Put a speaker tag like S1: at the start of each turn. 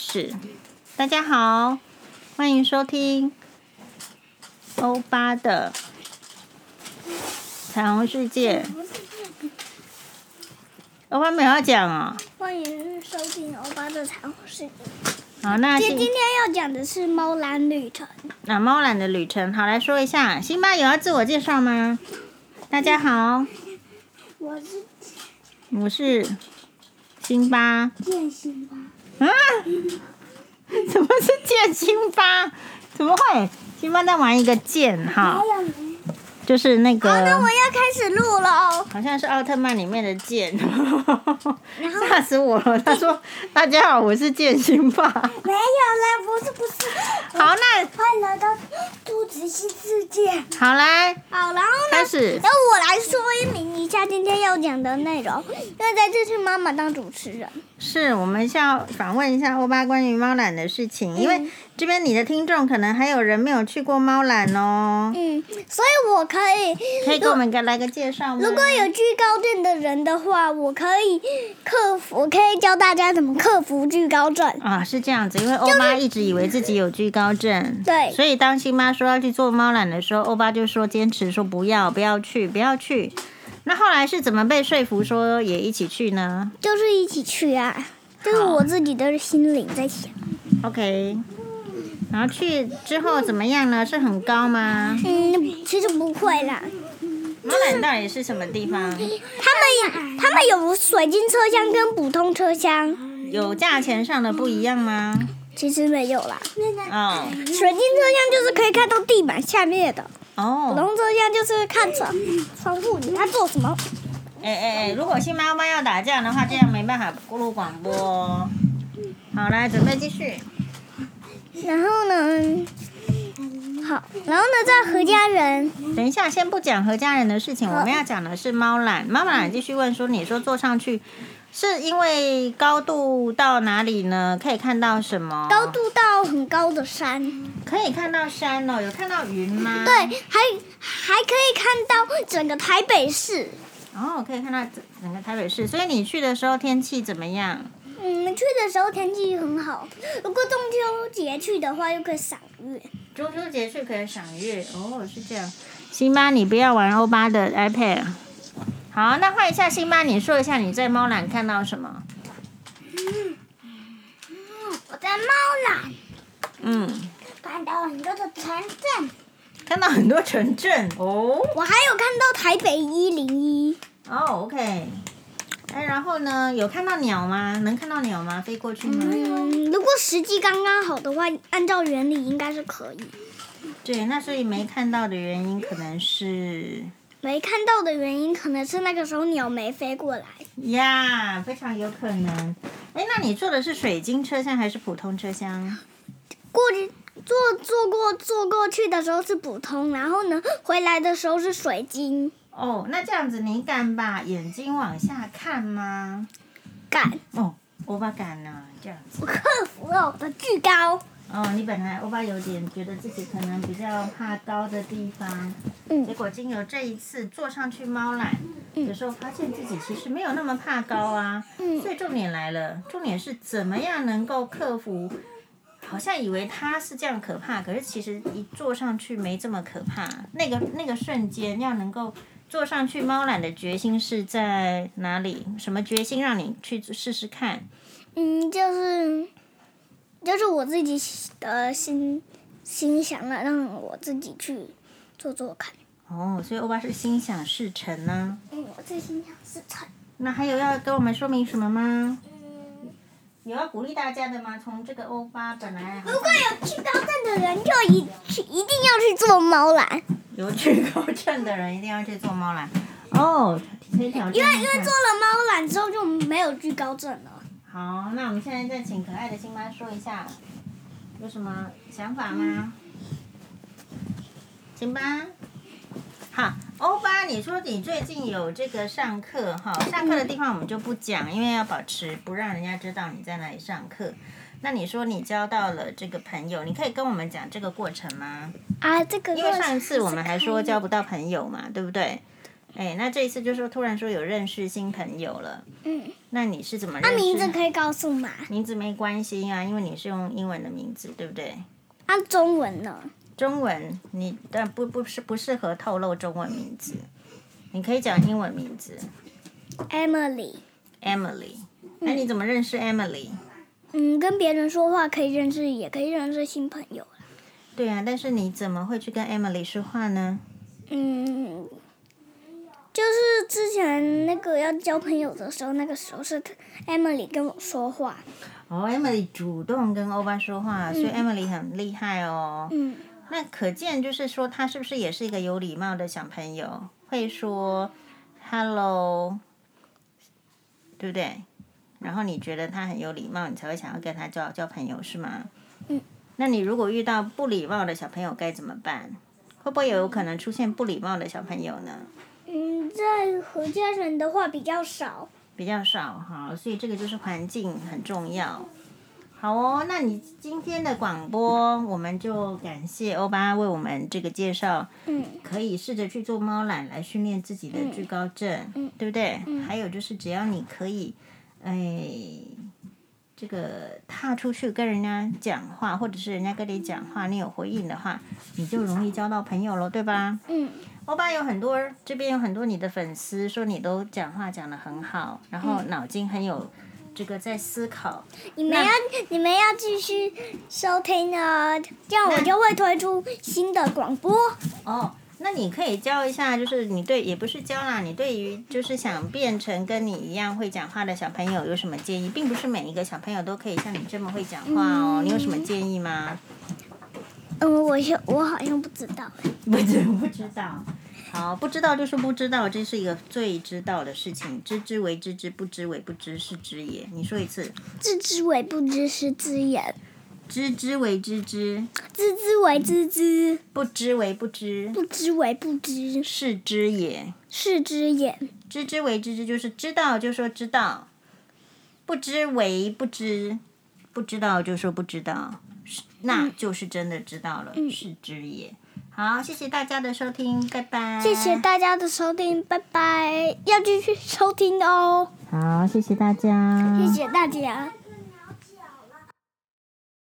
S1: 事。大家好，欢迎收听欧巴的彩虹世界。
S2: 不是这个
S1: 欧巴没有要讲啊、
S2: 欢迎收听欧巴的彩虹世界。
S1: 好，那
S2: 今今
S1: 今
S2: 天要讲的是猫蓝旅程。
S1: 那猫懒的旅程，好来说一下，辛巴有要自我介绍吗？大家好，
S2: 我是
S1: 我是辛巴。
S2: 剑心吧？
S1: 啊？ 怎么是剑辛巴？怎么会？辛巴在玩一个剑哈，
S2: 有呢。
S1: 就是那
S2: 好，啊那
S1: 个
S2: 我要开始录了哦。
S1: 好像是奥特曼里面的剑，
S2: 然后
S1: 吓死我了！他说：“大家好，我是剑辛巴。”
S2: 没有啦，不是不是。
S1: 好，那
S2: 欢迎来到兔子新世界。
S1: 好来
S2: 好，然后
S1: 开
S2: 呢？
S1: 始。
S2: 那我来说明一下今天要讲的内容。那在这次妈妈当主持人，
S1: 是我们是要访问一下欧巴关于猫懒的事情，因为
S2: 嗯
S1: 这边你的听众可能还有人没有去过猫懒哦，
S2: 嗯，所以我可以
S1: 可以给我们个来个介绍吗？
S2: 如果有惧高症的人的话，我可以克服，我可以教大家怎么克服惧高症。
S1: 啊，是这样子，因为欧巴一直以为自己有惧高症，
S2: 对
S1: 所以当辛巴说要去做猫懒的时候，欧巴就说坚持说不要，不要去，不要去。那后来是怎么被说服说也一起去呢
S2: 就是一起去啊，这是
S1: 好
S2: 我自己的心灵在想。
S1: ？OK，然后去之后怎么样呢？是很高吗？
S2: 嗯，其实不会啦，
S1: 猫懒到底是什么地方？
S2: 他们他们有水晶车厢跟普通车厢，
S1: 有价钱上的不一样吗？
S2: 其实没有啦。
S1: 哦
S2: 水晶车厢就是可以看到地板下面的，普
S1: 哦，
S2: 通车厢就是看着窗户里他做什么。
S1: 哎哎哎，如果新妈妈要打架的话，这样没办法录广播哦。好，来准备继续。
S2: 然后呢，好，然后呢，在何家人。
S1: 等一下，先不讲和家人的事情，
S2: 好
S1: 我们要讲的是猫懒。猫懒继续问说：“你说坐上去是因为高度到哪里呢？可以看到什么？
S2: 高度到很高的山，
S1: 可以看到山哦，有看到云吗？
S2: 对，，还还可以看到整个台北市。
S1: 哦，可以看到整整个台北市。所以你去的时候天气怎么样？
S2: 嗯，去的时候天气很好，如果中秋节去的话，又可以赏月。
S1: 中秋节去可以赏月哦，是这样。辛巴，你不要玩欧巴的 iPad。好，那换一下辛巴，你说一下你在猫懒看到什么？
S2: 嗯我在猫缆
S1: 嗯，
S2: 看到很多的城镇，
S1: 看到很多城镇哦。
S2: 我还有看到台北一零一，
S1: 哦，OK。哎，然后呢？有看到鸟吗？能看到鸟吗？飞过去吗？
S2: 嗯，如果时机刚刚好的话，按照原理应该是可以。
S1: 对，那所以没看到的原因可能是
S2: 没看到的原因可能是那个时候鸟没飞过来，
S1: 呀非常有可能。哎，那你坐的是水晶车厢还是普通车厢？
S2: 过去坐坐过坐过去的时候是普通，然后呢回来的时候是水晶。
S1: 哦，那这样子你敢把眼睛往下看吗？
S2: 敢，
S1: 哦，欧巴敢呢、这样子。
S2: 我克服了我的巨高。
S1: 哦，你本来欧巴有点觉得自己可能比较怕高的地方，结
S2: 嗯，
S1: 果经由这一次坐上去猫缆的时候，发现自己其实没有那么怕高啊。
S2: 嗯
S1: 所以重点来了，重点是怎么样能够克服。好像以为它是这样可怕，可是其实一坐上去没这么可怕。那个那个瞬间要能够坐上去猫缆的决心是在哪里？什么决心让你去试试看？
S2: 嗯，就是，就是我自己的心心想了，让我自己去做做看。
S1: 哦，所以欧巴是心想事成呢、
S2: 嗯，我最心想事成。
S1: 那还有要给我们说明什么吗？
S2: 嗯，
S1: 有要鼓励大家的吗？从这个欧巴本来
S2: 如果有惧高症的人，就一去一定要去做猫缆，
S1: 有惧高 症的人一定要去做猫缆哦，可以挑战一
S2: 因
S1: 下
S2: 为因为做了猫缆之后就没有惧高症了。
S1: 好，那我们现在再请可爱的辛巴说一下，有什么想法
S2: 嗯
S1: 吗？辛巴，好，欧巴，你说你最近有这个上课哈，上课的地方我们就不讲，因为要保持不让人家知道你在哪里上课。那你说你交到了这个朋友，你可以跟我们讲这个过程吗？
S2: 啊，这个
S1: 因为上一次我们还说交不到朋友嘛，对不对？哎，那这一次就说突然说有认识新朋友了，
S2: 嗯，
S1: 那你是怎么认
S2: 那
S1: 识？
S2: 名字可以告诉吗？
S1: 名字没关系啊，因为你是用英文的名字，对不对？
S2: 那中文呢？
S1: 中文你但不不是不适合透露中文名字，你可以讲英文名字
S2: Emily，
S1: Emily。那你怎么认识 Emily？、
S2: 嗯，跟别人说话可以认识，也可以认识新朋友。
S1: 对啊，但是你怎么会去跟 Emily 说话呢？
S2: 嗯，就是之前那个要交朋友的时候，那个时候是 Emily 跟我说话，
S1: 哦、e m i l y 主动跟欧巴说话，所以 Emily 很厉害哦。
S2: 嗯，
S1: 那可见就是说，她是不是也是一个有礼貌的小朋友，会说 “hello”，对不对？然后你觉得她很有礼貌，你才会想要跟她交交朋友，是吗？
S2: 嗯。
S1: 那你如果遇到不礼貌的小朋友该怎么办？会不会有可能出现不礼貌的小朋友呢？
S2: 嗯，在和家人的话比较少，
S1: 比较少哈，所以这个就是环境很重要。好哦，那你今天的广播，我们就感谢欧巴为我们这个介绍，
S2: 嗯，
S1: 可以试着去做猫懒来训练自己的惧高症，对不对？还有就是，只要你可以，哎，这个踏出去跟人家讲话，或者是人家跟你讲话，你有回应的话，你就容易交到朋友了，对吧？
S2: 嗯
S1: 欧巴有很多，这边有很多你的粉丝说你都讲话讲得很好，然后脑筋很有这个在思考。
S2: 你们要嗯你们要继续收听呢，这样我就会推出新的广播。
S1: 哦，那你可以教一下，就是你对也不是教啦，你对于就是想变成跟你一样会讲话的小朋友有什么建议？并不是每一个小朋友都可以像你这么会讲话哦，你有什么建议吗？
S2: 嗯，我是我好像不知道，
S1: 不知不知道。好，不知道就是不知道，这是一个最知道的事情。知之为知之，不知为不知，是知也。你说一次，
S2: 知之为不知，是知也；
S1: 知之为知之，
S2: 知之为知之，
S1: 不知为不知，
S2: 不知为不知，
S1: 是知也。
S2: 是知也。
S1: 知之为知之，就是知道就说知道；不知为不知，不知道就说不知道，是
S2: 嗯
S1: 那就是真的知道了，是知也。好，谢谢大家的收听，拜拜。
S2: 谢谢大家的收听，拜拜，要继续收听哦，
S1: 好，谢谢大家，
S2: 谢谢大家。